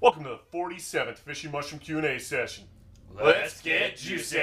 Welcome to the 47th Fishing Mushroom Q&A session. Let's get juicy.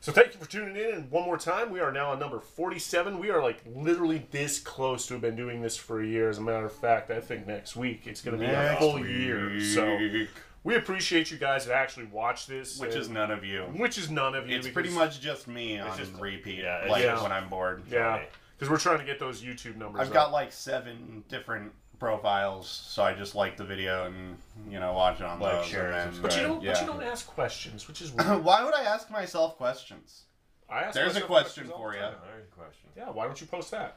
So thank you for tuning in. And one more time, we are now on number 47. We are like literally this close to have been doing this for a year. As a matter of fact, I think next week it's going to be a Next full year. So week, we appreciate you guys that actually watch this, which and- is none of you. which is none of you. It's pretty because- much just me on just- repeat, yeah, it's like just- when I'm bored. yeah, because we're trying to get those YouTube numbers. I've up. got like seven different profiles, so I just like the video and you know watch it on Like, those. share, and then- subscribe. But you don't. yeah. But you don't ask questions, which is weird. Why would I ask myself questions? I ask There's a myself question questions all for the you. time. There's a question. Yeah. Why don't you post that?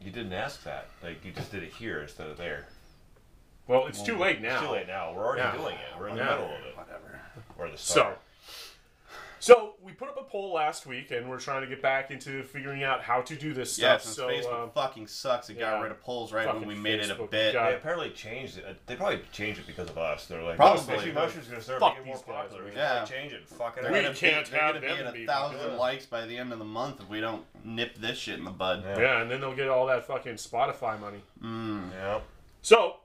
You didn't ask that. Like you just did it here instead of there. Well, it's too late now. It's too late now. We're already Yeah. doing it. We're in the Yeah. middle of it. Whatever. Or the So, start. so we put up a poll last week, and we're trying to get back into figuring out how to do this Yeah, stuff. since so, Facebook um, fucking sucks, it yeah. got rid of polls right when Fucking we made it a Facebook bit. got- they apparently changed it. They probably changed it because of us. They're like, Probably. "Oh, Fishy Mushroom's gonna start Fuck getting more these guys popular. over We should here. probably Yeah. change it. and Fuck it They're up." We gonna can't be, they're have gonna them be at be a thousand popular. likes by the end of the month if we don't nip this shit in the bud. Yeah. uh, yeah, and then they'll get all that fucking Spotify money. Yeah. So,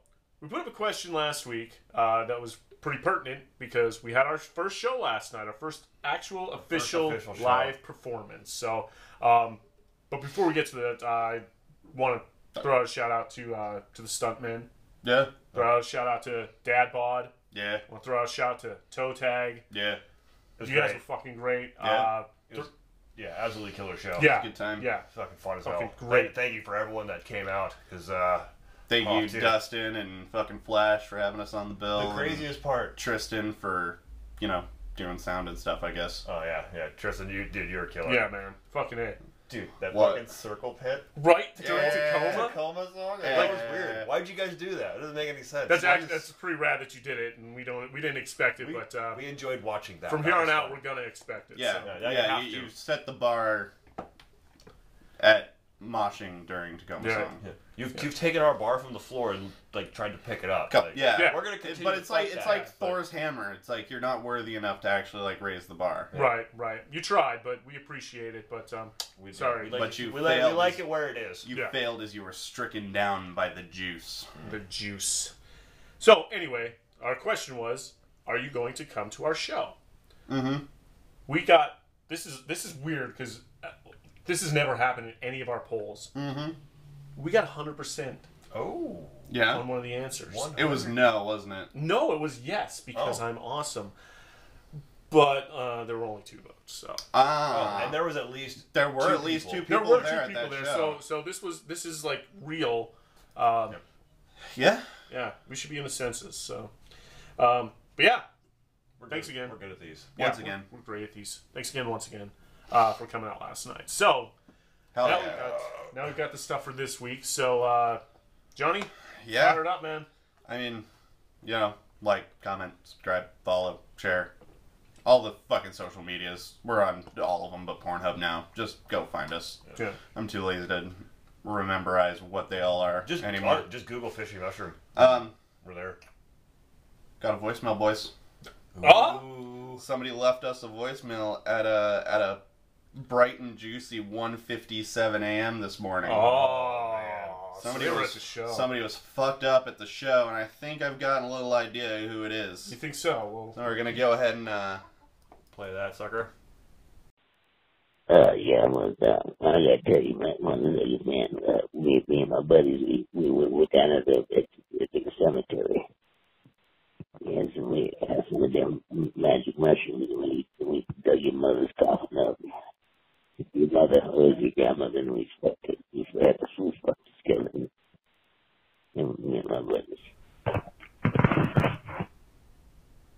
we put up a question last week uh, that was pretty pertinent because we had our first show last night, our first actual official, official show. live performance. So, um, but before we get to that, I want to throw out a shout out to uh, to the stuntmen. Yeah, Throw out a shout out to Dad Bod. yeah, I want to throw out a shout out to Toe Tag. yeah. It was You guys great. were fucking great. Yeah. Uh, It was- yeah, absolutely killer show. yeah, Good time. yeah. Fucking fun as Fucking hell. great. Thank, thank you for everyone that came out because uh, Thank Oh, you, dude. Dustin and fucking Flash for having us on the bill. the and craziest part. Tristan for, you know, doing sound and stuff. I guess. Oh yeah, yeah. Tristan, you dude, you're a killer. Yeah, man. Fucking it. Dude, that What? fucking circle pit. Right? During Yeah. Tacoma? Tacoma song? Yeah. That was weird. Why'd you guys do that? It doesn't make any sense. That's Why actually, does- that's pretty rad that you did it, and we don't we didn't expect it, we, but uh, we enjoyed watching that. from That here on was out fun. we're gonna expect it. Yeah, so. Yeah, yeah. you have you, to. you set the bar at moshing during Tacoma Yeah. song. Yeah. You've, you've taken our bar from the floor and like tried to pick it up. Cup- Like, yeah. Yeah. we're gonna It- continue. but to it's like fight it's that, like but- Thor's hammer. It's like you're not worthy enough to actually like raise the bar. Right, right. You tried, but we appreciate it. But um, We do. sorry, we like but it- you we, like, we failed. like it where it is. You Yeah. failed as you were stricken down by the juice. the juice. So anyway, our question was: Are you going to come to our show? Mm-hmm. We got this is this is weird because this has never happened in any of our polls. Mm-hmm. We got 100 percent oh, Yeah. on one of the answers. one. It was no, wasn't it? No, it was yes because Oh. I'm awesome. But uh, there were only two votes, so Ah. Oh, and there was at least There were two at least people. two people there were there two at people that there. show. So so this was this is like real. Um, yeah, Yeah, we should be in the census. So, um, but yeah, We're Thanks good. again. We're good at these. yeah, Once we're- again. we're, great at these. Thanks again, once again, uh, for coming out last night. So hell now Oh, yeah, we've got now we've got the stuff for this week. So uh, Johnny, yeah. fire it up, man. I mean, you know, like, comment, subscribe, follow, share, all the fucking social medias. We're on all of them, but Pornhub now. Just go find us. Yeah, I'm too lazy to rememberize what they all are Just anymore. just Google fishy mushroom. Um, We're there. got a voicemail, boys. Oh? Ooh. Somebody left us a voicemail at a at a bright and juicy 1:57 a.m. this morning. Oh, man. Somebody so they were was at the show. somebody was fucked up at the show, and I think I've gotten a little idea who it is. You think so? So Well, we're gonna go ahead and uh, Play that sucker. Uh, yeah, well, uh, I gotta tell you, man, one of these man, uh, me, me and my buddies, we, we were, we're down at the, at, the- at the cemetery. And so we had some of them magic mushrooms, and we, we dug your mother's coffin up. Your mother was your grandmother, and we stuck it. We had the full fucking skeleton. And me and my buddies.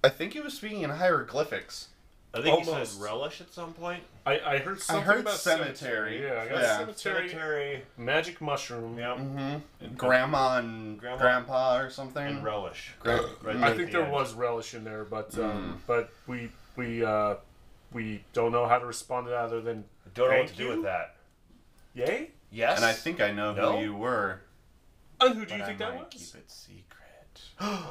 I think he was speaking in hieroglyphics. I think he Almost. said relish at some point. I, I heard something heard about cemetery. Yeah, I got Yeah. cemetery, Cemetery. magic mushroom. Yeah. Mm-hmm. Grandma and Grandma. grandpa or something. And relish. Gra- Right I at think the there end. was relish in there, but Hmm. um, but we we uh, we don't know how to respond to that other than Don't know what Thank to do you. with that. yay. Yes. And I think I know No? who you were. And who do you but think I that might was? Keep it secret.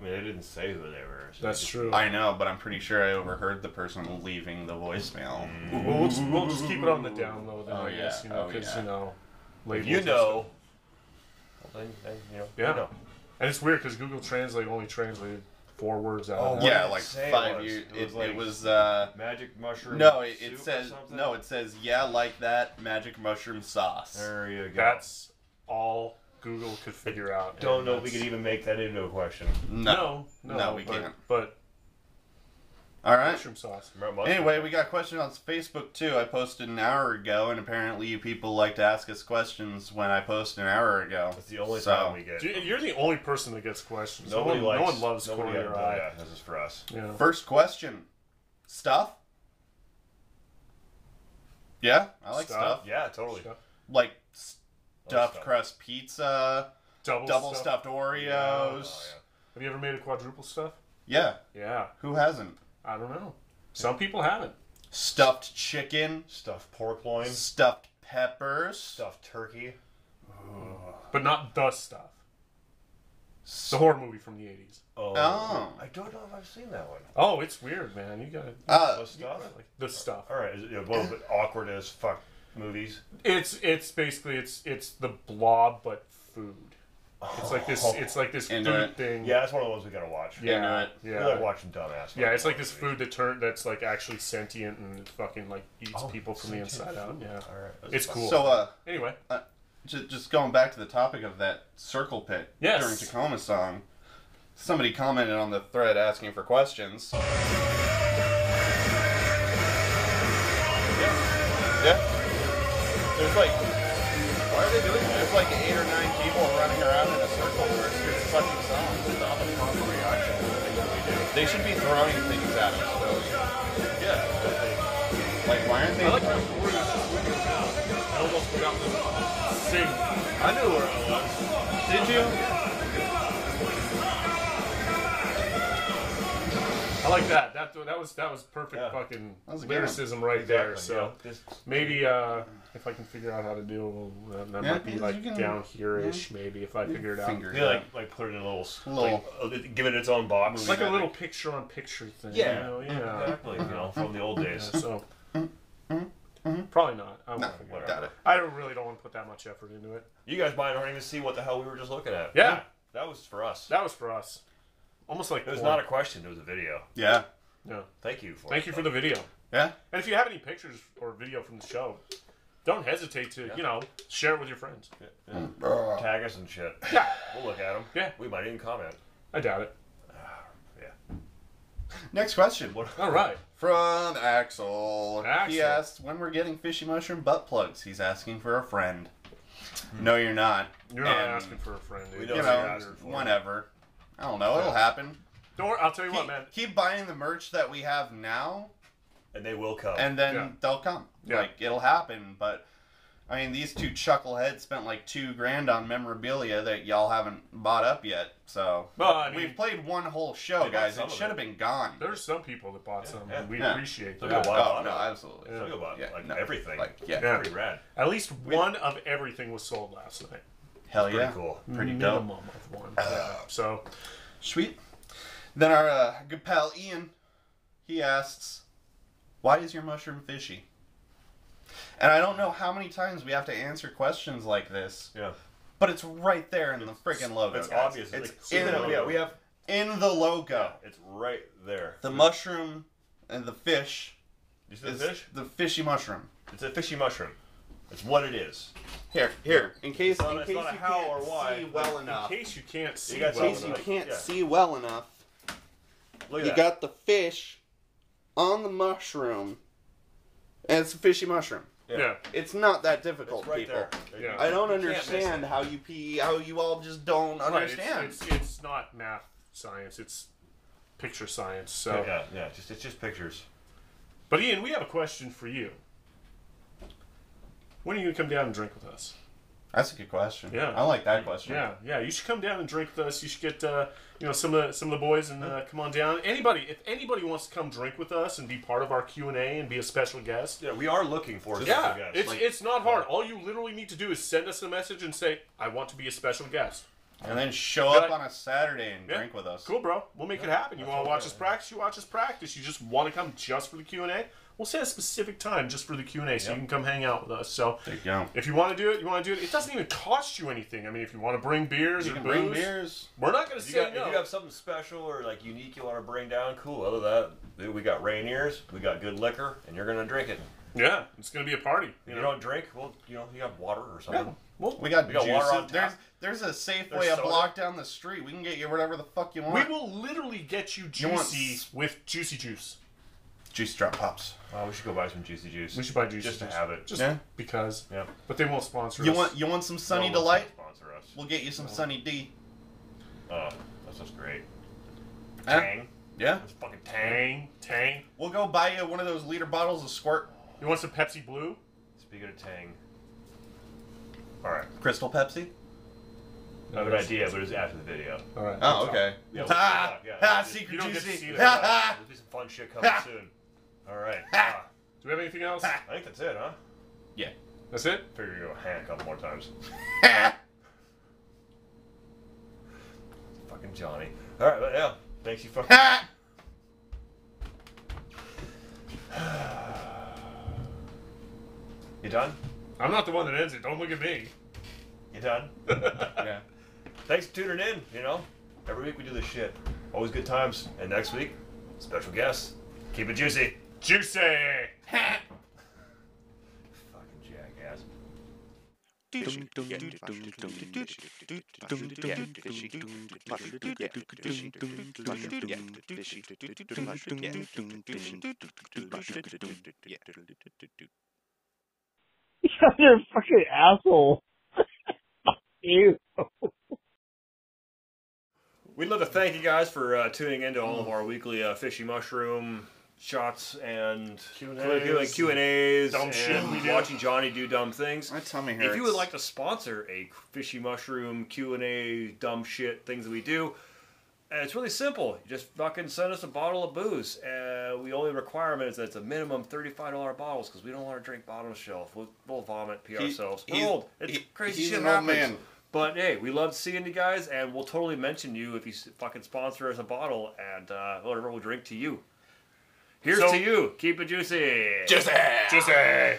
Oh, I mean, I didn't say who they were. so that's just- true. I know, but I'm pretty sure I overheard the person leaving the voicemail. Well, we'll, just, we'll just keep it on the down low then, Oh, I guess, yeah. you know, Oh, because, yeah. you know, If labels you and know. stuff. Well, then, then, you know. Yeah. You know. And it's weird because Google Translate only translated four words out. Oh, of that. what Yeah, did it like say it five was? years. It It, was like- it was uh, Magic mushroom. no. It, soup it or says something? no. It says yeah, like that magic mushroom sauce. There you go. That's all Google could figure out. Don't and know if we that's- could even make that into a question. No. No, no, No, we but, can't. But All right. mushroom sauce. Anyway, we got a question on Facebook too. I posted an hour ago, and apparently you people like to ask us questions when I post an hour ago. that's the only So- time we get. You- You're the only person that gets questions. Nobody no one, likes. no one loves nobody Corey had- or I. Yeah, this is for us. Yeah. First question. Stuff? Yeah, I like Stuff. stuff. Yeah, totally. Stuff. Like Love stuffed crust pizza, Double, double stuff. stuffed Oreos. Oh, yeah. Have you ever made a quadruple stuff? yeah. Yeah, who hasn't? I don't know. Some people haven't. Stuffed chicken, Stuffed pork loin. stuffed peppers, Stuffed turkey. But not the stuff. It's a horror movie from the 80s. Oh, Oh. I don't know if I've seen that one. Oh, it's weird, man. You gotta. uh, The stuff. the stuff. All right, is it, well, but awkward as fuck movies. It's it's basically it's it's the blob but food. It's like this it's like this Into food it. thing. Yeah, that's one of the ones we gotta watch. Yeah. Into Yeah. we like watching dumbass. Yeah, it's like this movies. food that turn that's like actually sentient and fucking like eats Oh, people from the inside out. Yeah. All right, It's cool. so uh Anyway, ju- just going back to the topic of that circle pit Yes. during Tacoma song, somebody commented on the thread asking for questions. Yeah. Yeah. There's like, why are they doing this? There's like eight or nine people running around in a circle for a stupid fucking song. It's not a common reaction to the things that we do. They should be throwing things at us, though. Yeah. Like, why aren't they? I like how Corey was just moving around. I almost forgot to sing. I knew where I was. Did you? I like that. That that was that was perfect Yeah. fucking That was a good one. lyricism right there. Exactly, So. yeah. This- Maybe uh, if I can figure out how to do it, well, uh, that Yeah, might be you like can- down here ish. Maybe if I figure it out, Finger. Yeah, like like put it in a little, s- Little- like, uh, give it its own box. it's like a magic. little picture on picture thing. you Yeah. know, Mm-hmm. yeah. exactly, you know, from the old days. Yeah, So probably not. I won't Mm-hmm. No, figure it doubt out. it. I don't- really don't want to put that much effort into it. You guys might not even see what the hell we were just looking at. Yeah, that was for us. that was for us. Almost like It was porn. not a question. It was a video. Yeah. No. Thank you for. Thank you for the video. Yeah. And if you have any pictures or video from the show, don't hesitate to you know share it with your friends. Yeah. Tag us and shit. Yeah, We'll look at them. Yeah. We might even comment. I doubt it. Next question What? All right. from Axel. He Axel. asked when we're getting fishy mushroom butt plugs. He's asking for a friend. No, you're not. You're not And, asking for a friend, dude. we You don't You're you're know, asking for one. whenever. I don't know. It'll happen. Don't worry. I'll tell you what, Keep- man. Keep buying the merch that we have now, And they will come. and then Yeah. they'll come. Yeah. Like it'll happen. But I mean, these two chuckleheads spent like two grand on memorabilia that y'all haven't bought up yet. So Well, I mean- we've played one whole show, They bought guys. some It of should it. have been gone. There's some people that bought some, and we yeah. appreciate Look that. at why- oh no, absolutely. Think about Yeah, like no, everything. Like yeah, Yeah. Pretty rad. At least one of everything was sold last night. hell Pretty Oh, yeah. cool. Mm. Pretty dope. Minimum of one. Yeah. So Sweet. Then our uh, good pal Ian, he asks, "Why is your mushroom fishy?" And I don't know how many times we have to answer questions like this, Yeah. but it's right there in the freaking logo. It's guys. obvious. It's like, in, even the, though- yeah, we have. in the logo. It's right there. The mushroom and the fish You see Hmm. the is fish? the fishy mushroom. It's a fishy mushroom. It's what it is. Here, here. In case, It's not- in it's case you not a how can't or why, see but well in enough. case you can't see, got well some- Uh, In case you enough- can't Yeah. see well enough, Look at you that. got the fish on the mushroom, and it's a fishy mushroom. yeah. It's not that difficult, It's right people. there. Yeah. I don't You can't miss understand how you pe- how you all just don't Right, it's- understand. It's, it's, not math science. It's picture science. So, it. Yeah, yeah. Just it's just pictures. but Ian, we have a question for you. When are you gonna come down and drink with us? That's a good question. Yeah. I like that question. Yeah, yeah. You should come down and drink with us. You should get uh, you know some of the, some of the boys and uh, come on down. Anybody, if anybody wants to come drink with us and be part of our Q and A and be a special guest. Yeah, we are looking for special Yeah, guests. it's Like, uh, it's not hard. All you literally need to do is send us a message and say, "I want to be a special guest." And then show up Good. on a Saturday and Yeah. drink with us. Cool, bro. We'll make it happen. You want to watch us practice? You watch us practice. You just want to come just for the Q and A? We'll set a specific time just for the Q and A, so you can come hang out with us. So There you go. if you want to do it, you want to do it. It doesn't even cost you anything. I mean, if you want to bring beers You or can booze, bring beers. we're not going to If you, say got, no. if you have something special or like unique you want to bring down, cool. Other than that, dude, we got Rainiers, we got good liquor, and you're gonna drink it. yeah, it's going to be a party. If You you know. don't drink, well, you know, you have water or Yeah. something. Well, We got, We got juices. water on tap. There's there's a Safeway There's a soda. block down the street. We can get you whatever the fuck you we want. will literally get you You want juicy s- with juicy juice. Juice drop pops. Oh, we should go buy some juicy juice. We should buy juicy just juice. to have it. just Yeah. because. yeah. But they won't sponsor You us. want you want some Sunny No one Delight? wants to Sponsor us. We'll get you some Sunny D. Oh, that's just great. Huh? Tang. Eh? Yeah. That's fucking tang. Tang, Tang. We'll go buy you one of those liter bottles of squirt You want some Pepsi Blue? Speaking of tang. All right. crystal Pepsi. I have an idea, but it's after the video. All right. Oh, okay. Yeah, we'll ha, see that, yeah. You ha, Ah, secret don't get to juicy. see Ha, that. ha. There'll be some fun shit coming soon. All right. Ah, Do we have anything else? I think that's it, huh? Yeah. That's it. Figure you go hang a couple more times. Ha. Fucking Johnny. All right, but yeah. Thanks, you fucking. Ha. You done? I'm not the one that ends it. Don't look at me. You done? Yeah. Thanks for tuning in. You know, every week we do this shit. Always good times. And next week, special guests. Keep it juicy. Juicy. Fucking jackass. Yeah. You're a fucking asshole. Fuck you. We'd love to thank you guys for uh, tuning into all of our weekly uh, fishy mushroom shots and Q and A's, Dumb and shit we do. watching Johnny do dumb things. My tummy hurts. If you would like to sponsor a fishy mushroom Q and A dumb shit things that we do, uh, it's really simple. You just fucking send us a bottle of booze. Uh, we only requirement is that it's a minimum thirty-five dollar bottles because we don't want to drink bottom shelf. We'll, we'll vomit, pee ourselves. We're he's- old. It's he- crazy he's shit an old happens. man. But hey, we love seeing you guys, and we'll totally mention you if you s- fucking sponsor us a bottle, and uh, whatever we'll drink to you. Here's So- to you. Keep it juicy. Juicy.